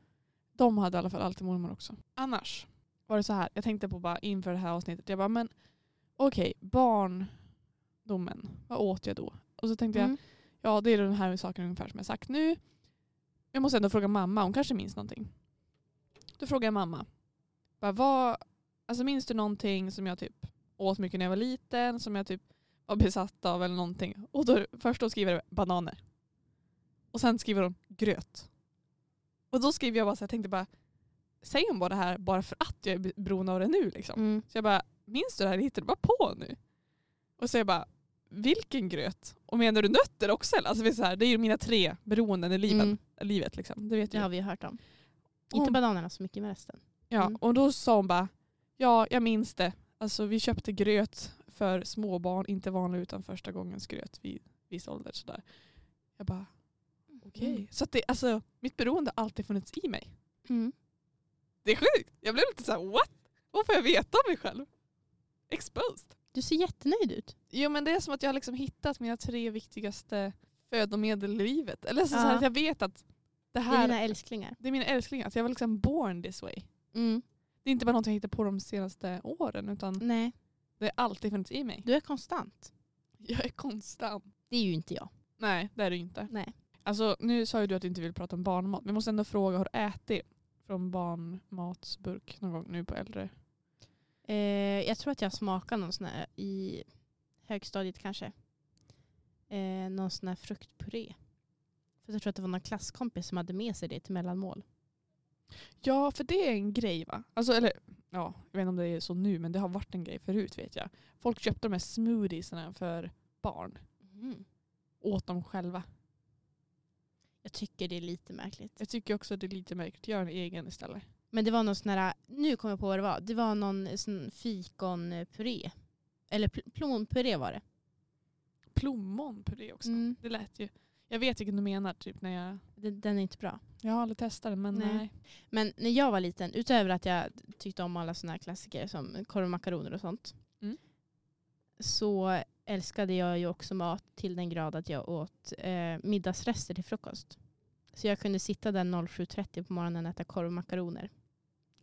B: De hade i alla fall alltid mormor också. Annars var det så här, jag tänkte på bara inför det här avsnittet. Jag bara, men okej, barndomen, vad åt jag då? Och så tänkte jag,
A: Mm.
B: Ja, det är de här sakerna ungefär som jag sagt nu. Jag måste ändå fråga mamma, hon kanske minns någonting. Då frågar jag mamma. Bara, vad, alltså minns du någonting som jag typ åt mycket när jag var liten, som jag typ var besatt av eller någonting? Och då, först då skriver jag bananer. Och sen skriver hon gröt. Och då skriver jag bara så här, jag tänkte bara, säger hon bara det här bara för att jag är be- beroende av det nu liksom?
A: Mm.
B: Så jag bara, minns du det här? Hittar du bara på nu? Och så jag bara, vilken gröt? Och menar du nötter också? eller? Alltså det, är så här, det är ju mina tre beroenden i livet.
A: Mm.
B: livet liksom. Det vet
A: Det
B: jag.
A: har
B: Ja.
A: vi ju hört om.
B: Om-
A: Inte bananerna så mycket med resten. Mm.
B: Och då sa hon bara, ja jag minns det. Alltså vi köpte gröt för småbarn, inte vanlig utan första gångens gröt vid viss ålder. Sådär. Jag bara, okej. Så att det, alltså, mitt beroende har alltid funnits i mig.
A: Mm.
B: Det är sjukt. Jag blev lite så här, what? Vad får jag veta om mig själv? Exposed.
A: Du ser jättenöjd ut.
B: Jo men det är som att jag har liksom hittat mina tre viktigaste födomedel i livet. Eller så, så här
A: Ja.
B: att jag vet att det
A: Det är
B: här
A: dina älsklingar.
B: det är mina älsklingar. Så jag var liksom born this way.
A: Mm.
B: Det är inte bara något jag hittat på de senaste åren utan
A: Nej,
B: det har alltid funnits i mig.
A: du är konstant.
B: Jag är konstant.
A: Det är ju inte jag.
B: Nej det är du inte.
A: Nej.
B: Alltså nu sa ju du att du inte vill prata om barnmat. Men jag måste ändå fråga, har du ätit från barnmatsburk någon gång nu på äldre?
A: Eh, jag tror att jag smakade någon sån här i högstadiet kanske. Eh, någon sån här fruktpuré. För jag tror att det var någon klasskompis som hade med sig det till mellanmål.
B: Ja, för det är en grej va? Alltså, eller, ja, jag vet inte om det är så nu, men det har varit en grej förut vet jag. Folk köpte de här smoothiesarna för barn.
A: Mm.
B: Åt dem själva.
A: Jag tycker det är lite märkligt.
B: Jag tycker också att det är lite märkligt. Gör en egen istället.
A: Men det var någon sån här, nu kommer jag på vad det var. Det var någon sån fikonpuré. Eller pl- plommonpuré var det.
B: Plommonpuré också.
A: Mm.
B: Det lät ju. Jag vet vilken du menar typ när jag...
A: Den den är inte bra.
B: Jag har aldrig testat den men eh, nej.
A: Nej. Men när jag var liten, utöver att jag tyckte om alla såna här klassiker som korv och makaroner och sånt.
B: Mm.
A: Så älskade jag ju också mat till den grad att jag åt eh, middagsrester till frukost. Så jag kunde sitta där 07.30 på morgonen och äta korv och makaroner.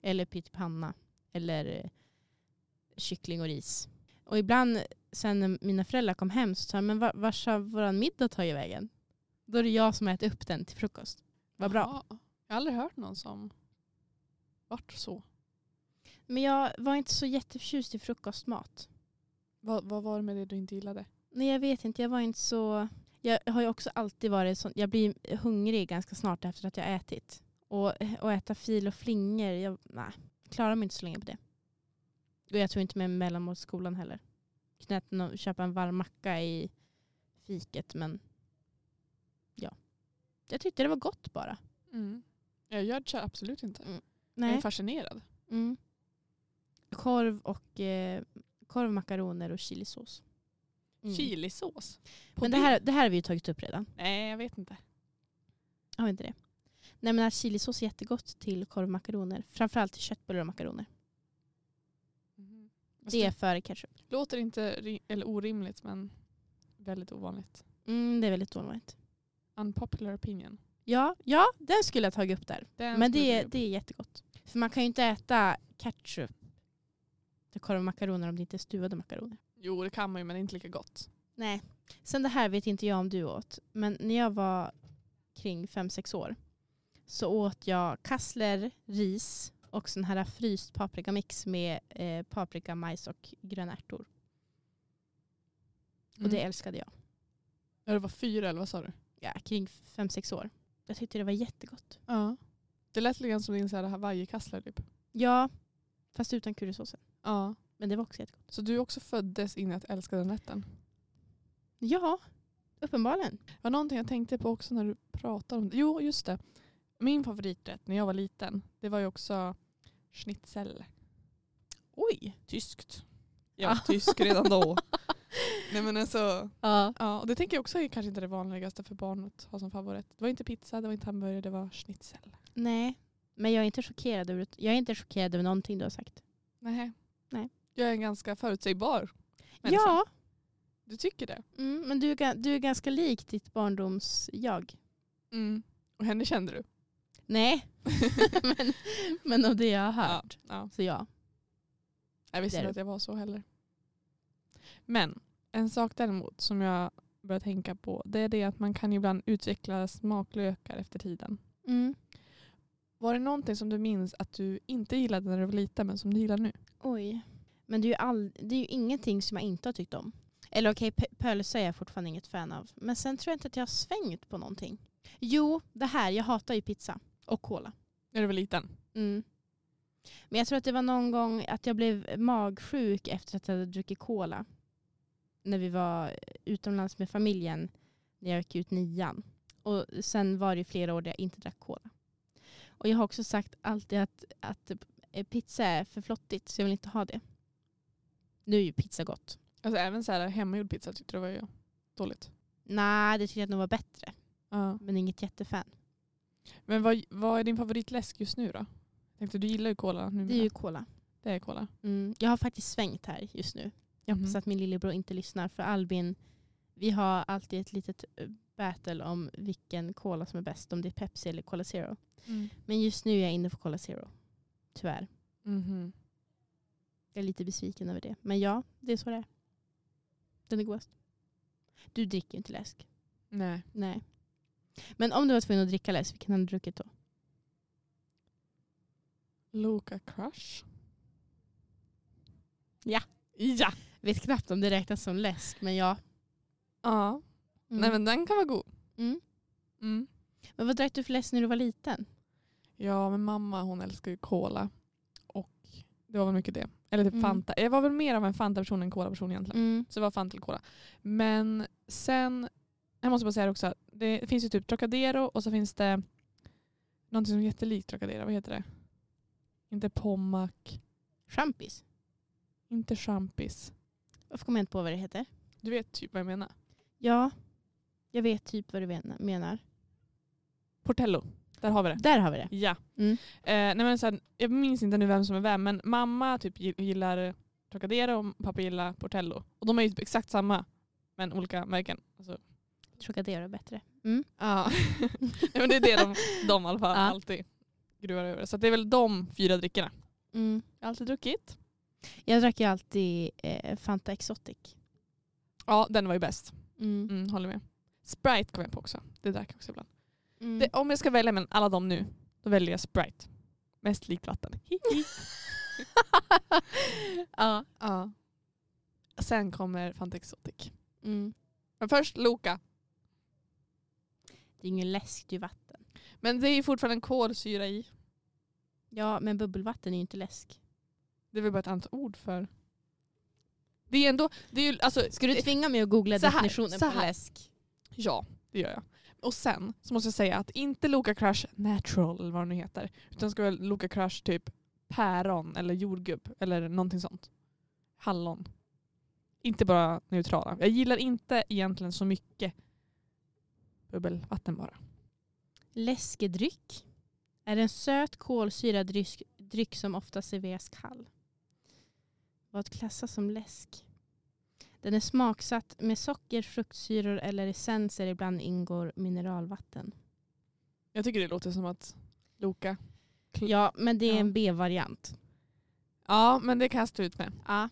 A: Eller pyttipanna. Eller eh, kyckling och ris. Och ibland sen när mina föräldrar kom hem så sa jag, men var, vars har våran middag tagit vägen? Då är det jag som äter upp den till frukost. Vad bra.
B: Ja. Jag har aldrig hört någon som vart så.
A: Men jag var inte så jätteförtjust i frukostmat.
B: Vad, vad var det med det du inte gillade?
A: Nej jag vet inte, jag var inte så... Jag har ju också alltid varit sån, jag blir hungrig ganska snart efter att jag har ätit. Och, och äta fil och flingor, jag nej, klarar mig inte så länge på det. Och jag tror inte med mellanmålsskolan heller. Knappt nå- köpa en varm macka i fiket men ja. Jag tyckte det var gott bara.
B: Jag gör det absolut inte. Jag är
A: Mm. Nej.
B: fascinerad.
A: Mm. Korv och eh, korv, makaroner och chilisås. Mm.
B: Chilisås. På
A: Men det
B: bild?
A: här, det här har vi ju tagit upp redan.
B: Nej, jag vet inte.
A: Har vi inte det? Nej men att chilisås är jättegott till korv och makaroner. Framförallt till köttbullar och makaroner.
B: Fast
A: Alltså Det är före ketchup.
B: Mm-hmm. det låter inte ri- eller orimligt men väldigt ovanligt.
A: Mm, det är väldigt ovanligt.
B: Unpopular opinion.
A: Ja, ja, den skulle jag tagit upp där.
B: Den
A: Men
B: skulle
A: det
B: jag
A: är,
B: gå
A: det är jättegott. För man kan ju inte äta ketchup till korv och makaroner om det inte är stuvade makaroner.
B: på. Jo det kan man ju men det är inte lika gott.
A: Nej. Sen det här vet inte jag om du åt. Men när jag var kring 5-6 år så åt jag kassler, ris och sån här fryst paprikamix med eh, paprika, majs och gröna ärtor. Och det
B: Mm.
A: älskade jag.
B: Ja, det var fyra eller vad sa du?
A: ja, kring fem sex år. Jag tyckte det var jättegott.
B: Ja. Det lät lite grann som din så här hawaiikassler typ.
A: Ja, fast utan currysåsen.
B: Ja.
A: Men det var också jättegott.
B: Så du också föddes in i att älska den rätten?
A: Ja, uppenbarligen.
B: Det var någonting jag tänkte på också när du pratade om det. Jo, just det. Min favoriträtt när jag var liten, det var ju också schnitzel.
A: Oj.
B: Tyskt. Jag var tysk redan då. Nej men alltså,
A: Ja.
B: ja, och det tänker jag också är kanske inte det vanligaste för barn att ha som favorit. Det var inte pizza, det var inte hamburgare, det var schnitzel.
A: Nej, men jag är inte chockerad över, jag är inte chockerad över någonting du har sagt.
B: Nej.
A: Nej.
B: Jag är en ganska förutsägbar människa.
A: Ja,
B: Du tycker det?
A: mm, men du är, ga- du är ganska lik ditt barndoms-jag.
B: Mm. Och henne kände du?
A: Nej, men, men av det jag har hört.
B: Ja.
A: Så ja.
B: Jag visste
A: Det är
B: inte
A: det.
B: att jag var så heller. Men en sak däremot som jag börjar tänka på det är det att man kan ibland utveckla smaklökar efter tiden.
A: Mm.
B: Var det någonting som du minns att du inte gillade när du var liten men som du gillar nu?
A: Oj. Men det är, ju all, det är ju ingenting som jag inte har tyckt om. Eller okej, p- pölsa är jag fortfarande inget fan av. Men sen tror jag inte att jag har svängt på någonting. Jo, det här. Jag hatar ju pizza och cola.
B: När du var liten?
A: Mm. Men jag tror att det var någon gång att jag blev magsjuk efter att jag hade druckit cola. När vi var utomlands med familjen när jag gick ut nian. Och sen var det ju flera år där jag inte drack cola. Och jag har också sagt alltid att, att eh, pizza är för flottigt så jag vill inte ha det. Nu är ju pizza gott.
B: Alltså även så här hemmagjord pizza tyckte du var ju dåligt.
A: Nej, det tyckte jag nog var bättre.
B: Ja.
A: Men inget jättefan.
B: Men vad, vad är din favoritläsk just nu då? Jag tänkte du gillar ju cola nu.
A: Det är ju cola.
B: det är cola.
A: Mm. Jag har faktiskt svängt här just nu. Jag hoppas
B: Mhm.
A: att min lillebror inte lyssnar för Albin, vi har alltid ett litet eh, battle om vilken cola som är bäst, om det är Pepsi eller Cola Zero.
B: Mm.
A: Men just nu är jag inne på Cola Zero. Tyvärr.
B: Mhm.
A: Jag är lite besviken över det. Men ja, det är så det är. Den är godast. Du dricker ju inte läsk.
B: Nej.
A: Nej. Men om du var tvungen att dricka läsk, vilken hade du druckit då?
B: Loka Crush?
A: Ja.
B: Ja.
A: Vet knappt om det räknas som läsk, men ja.
B: Ja.
A: Mm.
B: Nej men den kan vara god.
A: Mm. men vad drack du för läsk när du var liten?
B: Ja men mamma hon älskar ju cola. Och det var väl mycket det. Eller typ
A: Mm.
B: Fanta. Jag var väl mer av en Fanta-person än Cola-person egentligen.
A: Mm.
B: Så det var Fanta eller Cola. Men sen, jag måste bara säga det också. Det finns ju typ Trocadero och så finns det någonting som är jättelikt Trocadero. Vad heter det? Inte Pommac,
A: Champis.
B: inte Champis.
A: Varför kommer jag inte på vad det heter?
B: Du vet typ vad jag menar.
A: Ja, jag vet typ vad du men- menar.
B: Portello. Där har vi det.
A: Där har vi det.
B: Ja.
A: Mm.
B: Eh, nej men så här, jag minns inte nu vem som är vem, men mamma typ gi- gillar Trocadero och pappa gillar Portello. Och de är ju typ exakt samma, men olika märken. Alltså,
A: Trocadero är bättre. Mm.
B: Ja. Nej, men det är det de, de i alla fall
A: Ja.
B: alltid gruvar över. Så att det är väl de fyra drickorna.
A: Mm.
B: Jag har alltid druckit.
A: Jag drack ju alltid eh, Fanta Exotic.
B: Ja, den var ju bäst.
A: Mm.
B: Mm, håller med. Sprite kom jag på också. Det drack jag också ibland.
A: Mm.
B: Det, om jag ska välja mellan alla dem nu, då väljer jag Sprite. Mest likt vatten. Hihi.
A: ja.
B: ja. Sen kommer Fanta Exotic.
A: Mm.
B: Men först Loka.
A: Det är ingen läsk, det är ju vatten.
B: Men det är ju fortfarande en kolsyra i.
A: Ja, men bubbelvatten är ju inte läsk.
B: Det är väl bara ett annat ord för... Det är ändå... Det är ju, alltså,
A: Ska du tvinga mig att googla
B: Så här,
A: definitionen
B: så
A: på
B: här.
A: läsk?
B: Ja, det gör jag. Och sen så måste jag säga att inte Loka Crush Natural eller vad den nu heter. Utan ska väl Loka Crush typ päron eller jordgubb eller någonting sånt. Hallon. Inte bara neutrala. Jag gillar inte egentligen så mycket bubbelvatten bara.
A: Läskedryck är en söt kolsyrad dryck, dryck som ofta serveras kall. Vad klassas som läsk? Den är smaksatt med socker, fruktsyror eller essenser. Ibland ingår mineralvatten.
B: Jag tycker det låter som att Loka...
A: Ja, men det är
B: Ja.
A: en B-variant.
B: Ja, men det kan jag stå ut med.
A: Ja.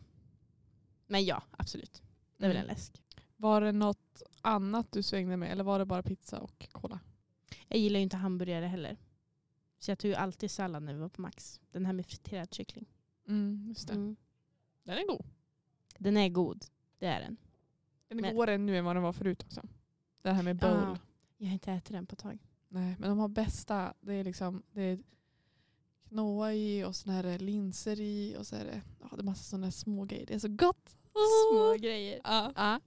A: Men ja, absolut. Det är väl
B: Mm.
A: en läsk.
B: Var det något annat du svängde med eller var det bara pizza och cola?
A: Jag gillar ju inte hamburgare heller. Så jag tog ju alltid sallad när vi var på Max. Den här med friterad kyckling.
B: Mm, just det.
A: Mm.
B: Den är god.
A: Den är god. Det är den.
B: Den är
A: Men-
B: godare nu än vad den var förut också. Det här med bowl.
A: Ja. Jag har inte ätit den på ett tag.
B: Nej, men de har bästa. Det är liksom det är knåa i och såna här linser i och så är det, ja, det är massa sådana här små grejer. Det är så gott.
A: grejer.
B: Ja,
A: Ja.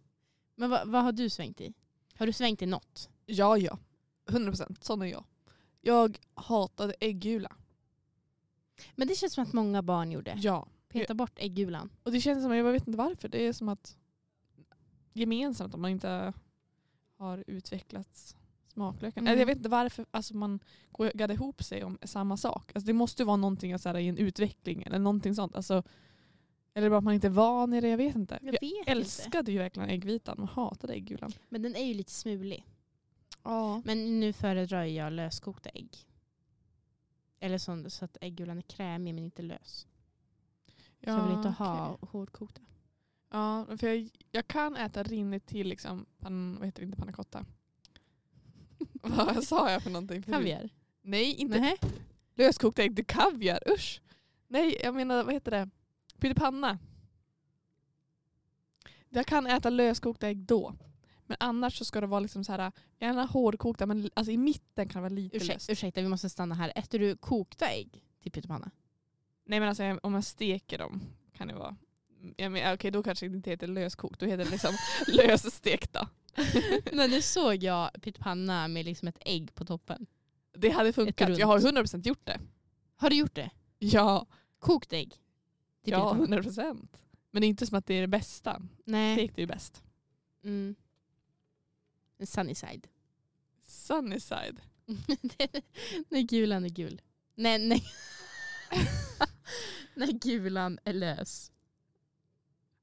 A: Men vad, vad har du svängt i? Har du svängt i något?
B: ja. ja. 100 procent. Sån är jag. Jag hatade äggula.
A: Men det känns som att många barn gjorde.
B: Ja.
A: Peta bort äggulan.
B: Och det känns som, jag vet inte varför, det är som att gemensamt om man inte har utvecklat smaklökarna.
A: Mm.
B: Eller Jag vet inte varför alltså man går- gaddar ihop sig om samma sak. Alltså det måste ju vara någonting så här, i en utveckling eller någonting sånt. Alltså, eller bara att man inte är van i det, jag vet inte. Jag,
A: vet inte.
B: älskade ju verkligen äggvitan, man hatade äggulan.
A: Men den är ju lite smulig.
B: Ja.
A: Men nu föredrar ju jag löskokta ägg. Eller sån, så att äggulan är krämig men inte lös. Så jag vill inte ha hårdkokta.
B: Ja, för jag, jag kan äta rinnigt till liksom, pan, vad heter det, inte panna cotta. vad sa jag för någonting? förut?
A: Kaviar?
B: Nej, inte
A: Nej.
B: Löskokt ägg till kaviar, usch. Nej, jag menar vad heter det? Pyttipanna. Jag kan äta löskokt ägg då. Men annars så ska det vara liksom så här, gärna hårdkokta men l- alltså i mitten kan det vara lite löst.
A: Ursäkta, ursäkta, vi måste stanna här. Äter du kokta ägg till pyttipanna?
B: Nej men alltså jag- om jag steker dem kan det vara. Jag menar, okej då kanske det inte heter löskokt, då heter det liksom lösstekta.
A: Nej, nu såg jag pyttipanna med liksom ett ägg på toppen.
B: Det hade
A: Ett
B: funkat,
A: runt.
B: jag har 100% gjort det.
A: Har du gjort det?
B: Ja,
A: Kokt ägg? Till
B: ja
A: pyttipanna?
B: 100%. Men det är inte som att det är det bästa.
A: Nej.
B: Stekt är ju bäst.
A: Mm. En sunny side.
B: Sunny side.
A: när gulan är gul. Nej, nej. när gulan är lös.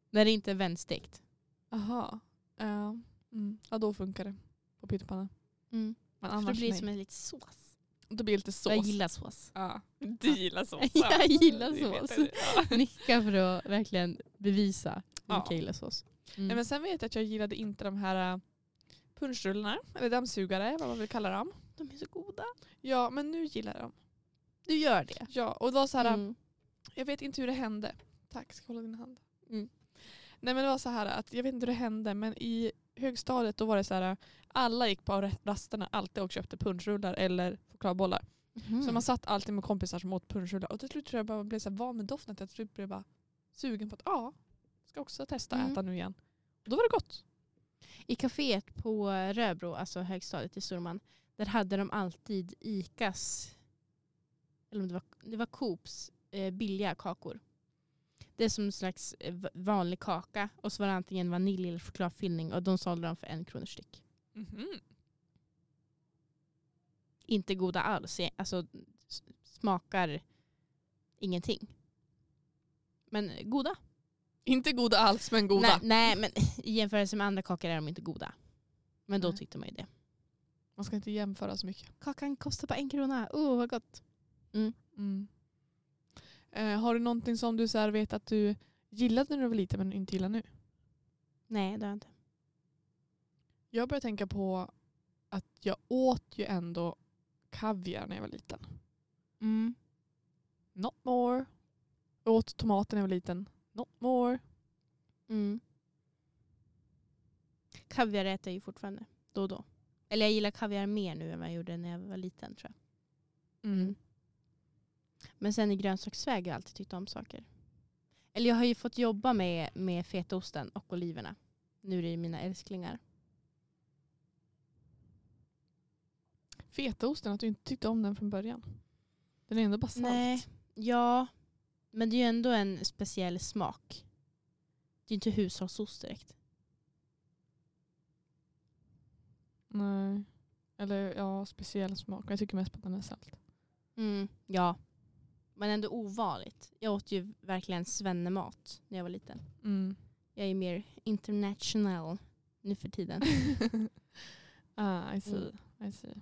A: När det inte är vändstekt.
B: Aha. Ja. Mm. ja, då funkar det på pyttipanna.
A: Mm.
B: Men
A: För då
B: annars
A: blir det
B: nej.
A: som en liten sås.
B: Då blir det lite sås.
A: Jag gillar sås.
B: ja. Du gillar sås.
A: Jag gillar
B: Det vet
A: sås.
B: jag. Ja.
A: Nicka för att verkligen bevisa att
B: Ja.
A: jag gillar sås. Mm.
B: Nej, men sen vet jag att jag gillade inte de här äh, punschrullarna, eller dammsugare, vad man vill kalla dem.
A: De är så goda.
B: Ja, men nu gillar jag dem.
A: Du gör det.
B: Ja, och det var så här,
A: Mm.
B: jag vet inte hur det hände. Tack, ska jag hålla din hand?
A: Mm.
B: Nej men det var så här att, jag vet inte hur det hände, men i högstadiet då var det så här, alla gick på rasterna alltid och köpte punschrullar eller chokladbollar.
A: Mhm.
B: Så man satt alltid med kompisar som åt punschrullar och till slut tror jag bara blev så här van med doften att jag till slut blev bara sugen på att ja, ska också testa att
A: Mm.
B: äta nu igen. Och då var det gott.
A: I kaféet på Röbro, alltså högstadiet i Storman, där hade de alltid ICAs, eller om det var, det var Coops, eh, billiga kakor. Det är som en slags eh, v- vanlig kaka och så var det antingen vanilj eller chokladfyllning och de sålde dem för en krona styck.
B: Mhm.
A: Inte goda alls, eh, alltså s- smakar ingenting. Men eh, goda.
B: Inte goda alls men goda.
A: Nej, nej, men i jämförelse med andra kakor är de inte goda. Men då
B: Nej.
A: tyckte man ju det.
B: Man ska inte jämföra så mycket.
A: Kakan kostar bara en krona. Oh, vad gott.
B: Mm. Eh, har du någonting som du så här vet att du gillade när du var liten men inte gillar nu?
A: Nej, det har jag inte.
B: Jag börjar tänka på att jag åt ju ändå kaviar när jag var liten.
A: Mm.
B: Not more. Jag åt tomater när jag var liten. Not more.
A: Mm. Kaviar äter jag ju fortfarande. Då och då. Eller jag gillar kaviar mer nu än vad jag gjorde när jag var liten tror jag. Mm. Men sen i grönsaksväg har jag alltid tyckt om saker. Eller jag har ju fått jobba med, med fetaosten och oliverna. Nu är det ju mina älsklingar.
B: Fetaosten, att du inte tyckte om den från början. Den är ändå bara salt.
A: Nej, ja. Men det är ju ändå en speciell smak. Det är ju inte hushållsost direkt.
B: Nej. Eller ja, speciell smak. Jag tycker mest på att den är salt.
A: Ja. Men ändå ovanligt. Jag åt ju verkligen svennemat när jag var liten. Jag är mer international nu för tiden.
B: ah, I see.
A: Mm.
B: I see.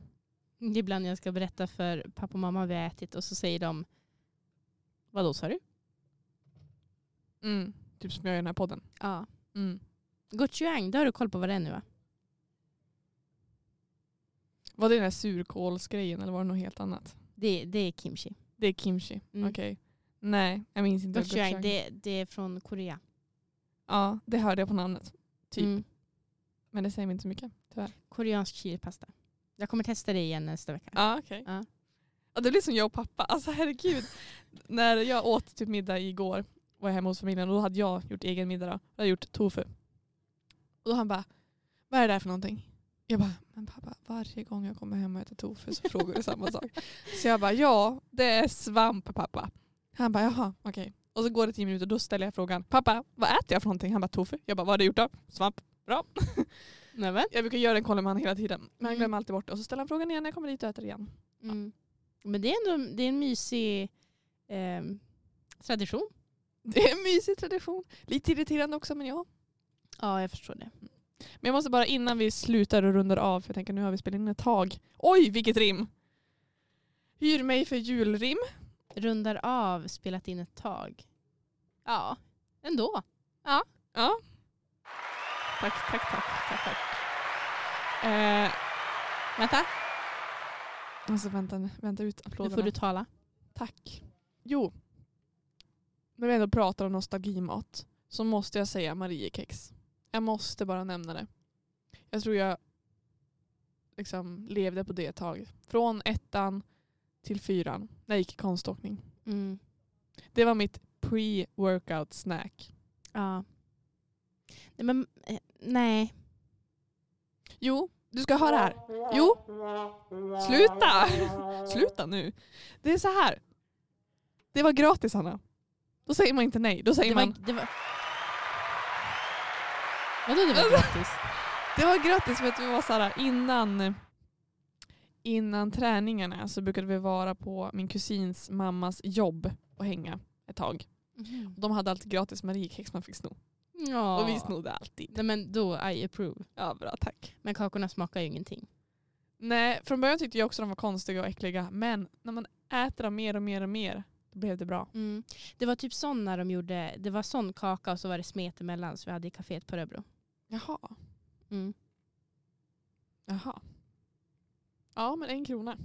A: Det är ibland när jag ska berätta för pappa och mamma vad jag har ätit och så säger de Vadå sa du? Mm.
B: Typ som jag gör i den här podden.
A: Ja. Gochujang, det har du koll på vad det är nu va?
B: Var det den här surkålsgrejen eller var det något helt annat?
A: Det, det är kimchi.
B: Det är kimchi.
A: Mm.
B: Okej. Nej, jag minns inte. vad
A: Gochujang,
B: gochujang-
A: det, det är från Korea.
B: Ja, det hörde jag på namnet. Typ.
A: Mm.
B: Men det säger mig inte så mycket, tyvärr.
A: Koreansk chilipasta. Jag kommer testa det igen nästa vecka.
B: Ja, okej.
A: Ja.
B: Ja, det blir som jag och pappa. Alltså herregud. När jag åt typ middag igår var jag hemma hos familjen och då hade jag gjort egen middag. Då. Jag hade gjort tofu. Och då han bara, vad är det där för någonting? Jag bara, men pappa varje gång jag kommer hem och äter tofu så frågar du samma sak. Så jag bara, ja det är svamp pappa. Han bara, jaha okej. Och så går det tio minuter och då ställer jag frågan, pappa vad äter jag för någonting? Han bara, tofu. Jag bara, vad har du gjort då? Svamp.
A: Nämen.
B: Jag brukar göra den kollen med honom hela tiden. Men han
A: Mm.
B: glömmer alltid bort det. Och så ställer han frågan igen när jag kommer dit och äter igen.
A: Mm. Men det är ändå det är en mysig ehm, tradition.
B: Det är en mysig tradition. Lite irriterande också men ja.
A: Ja, jag förstår det.
B: Men jag måste bara innan vi slutar och rundar av, för jag tänker nu har vi spelat in ett tag. Oj vilket rim! Hyr mig för julrim.
A: Rundar av, spelat in ett tag. Ja, ändå.
B: Ja. Tack, tack, tack. tack, tack. Eh,
A: Vänta,
B: alltså vänta, vänta ut
A: nu
B: applåderna.
A: får du tala.
B: Tack. Jo. När vi ändå pratar om nostalgimat så måste jag säga Mariekex. Jag måste bara nämna det. Jag tror jag liksom levde på det ett tag. Från ettan till fyran när jag gick i konståkning.
A: Mm.
B: Det var mitt pre-workout snack.
A: Ja. Nej, men, eh, nej.
B: Jo, du ska höra här. Jo. Sluta! Sluta nu. Det är så här. Det var gratis Hanna. Då säger man inte nej. Då säger
A: Det
B: man
A: var, det var... Vadå det var gratis?
B: Det var grattis för att vi var så här innan, innan träningarna så brukade vi vara på min kusins mammas jobb och hänga ett tag.
A: Mm-hmm.
B: De hade alltid gratis Mariekex man fick sno.
A: Ja.
B: Och vi snodde alltid.
A: Nej, men då, I approve.
B: Ah. Ja bra tack.
A: Men kakorna smakar ju ingenting.
B: Nej från början tyckte jag också de var konstiga och äckliga men när man äter dem mer och mer och mer då blev det bra.
A: Det var typ sån när de gjorde, det var sån kaka och så var det smet emellan som vi hade i kaféet på Röbro.
B: Jaha.
A: Mm.
B: Jaha. Ja men en krona.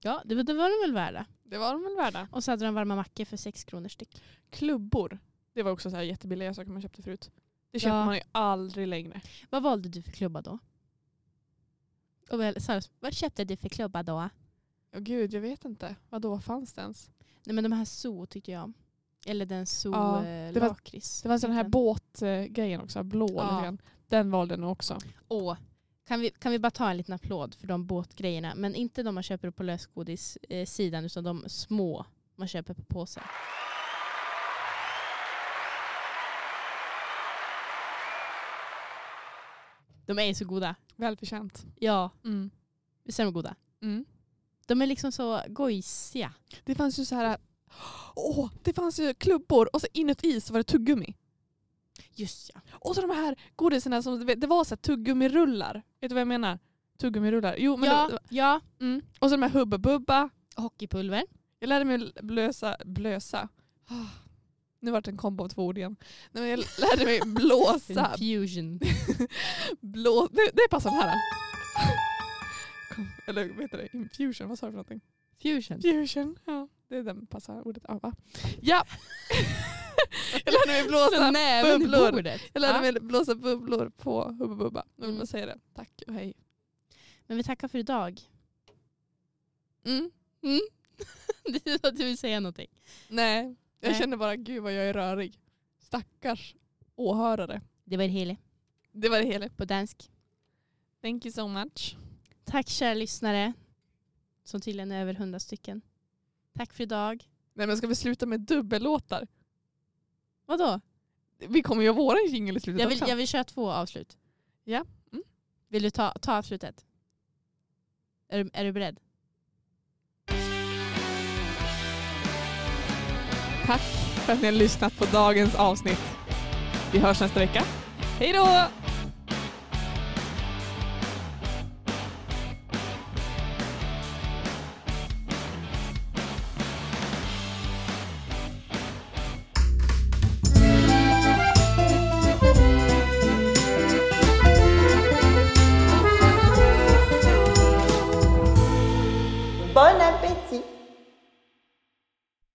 A: Ja, det, var- det var de väl värda.
B: Det var de väl värda.
A: Och så hade de varma mackor för sex kronor styck.
B: Klubbor. Det var också så här jättebilliga saker man köpte förut. Det köper
A: Ja.
B: man ju aldrig längre.
A: Vad valde du för klubba då? Och väl, Sara, vad köpte du för klubba då?
B: Åh gud, jag vet inte. Vad då fanns det ens?
A: Nej men de här zoo tyckte jag om. Eller den zoo
B: Ja,
A: eh,
B: det var-
A: lakrits.
B: Det var den här
A: Heter
B: båtgrejen också, blå
A: Ja.
B: lite grann. Den valde den också.
A: Åh, kan vi, kan vi bara ta en liten applåd för de båtgrejerna? Men inte de man köper på lösgodissidan utan de små man köper på påsen. De är ju så goda.
B: Välförtjänt.
A: Ja, visst är de goda?
B: Mm.
A: De är liksom så gojsiga.
B: Det fanns ju så här... Åh, det fanns ju klubbor och så inuti så var det tuggummi.
A: Just ja.
B: Och så de här godisarna som det var så här tuggummirullar. Vet du vad jag menar? Tuggummirullar. Jo, men
A: ja,
B: det,
A: ja,
B: mm. Och så de här Hubba Bubba.
A: hockeypulver.
B: Jag lärde mig att blösa, blösa. Ah, Nu vart det en kombo av två ord igen. Nej, men jag lärde mig blåsa.
A: Infusion.
B: Blå, det, det passar den här. Kom, eller vad heter det? Infusion, vad sa du för någonting?
A: Fusion.
B: Fusion, ja. Det är den passar ordet av va? Ja. jag lärde mig blåsa
A: Så näven i
B: bubblor.
A: bordet.
B: Jag lärde
A: Ja.
B: mig blåsa bubblor på Hubba Bubba. Jag vill
A: Mm.
B: bara säga det. Tack och hej.
A: Men vi tackar för idag.
B: Mm.
A: Det är så att du vill säga någonting.
B: Nej, jag
A: Nej.
B: känner bara gud vad jag är rörig. Stackars åhörare.
A: Det var det hela
B: Det var det hela.
A: på dansk.
B: Thank you so much.
A: Tack kära lyssnare. Som tydligen är över hundra stycken. Tack för idag.
B: Nej men ska vi sluta med dubbellåtar?
A: Vadå?
B: Vi kommer ju ha våran jingel i slutet
A: Jag vill,
B: också.
A: jag vill köra två avslut.
B: Ja. Mm.
A: Vill du ta, ta avslutet? Är du, är du beredd?
B: Tack för att ni har lyssnat på dagens avsnitt. Vi hörs nästa vecka. Hej då!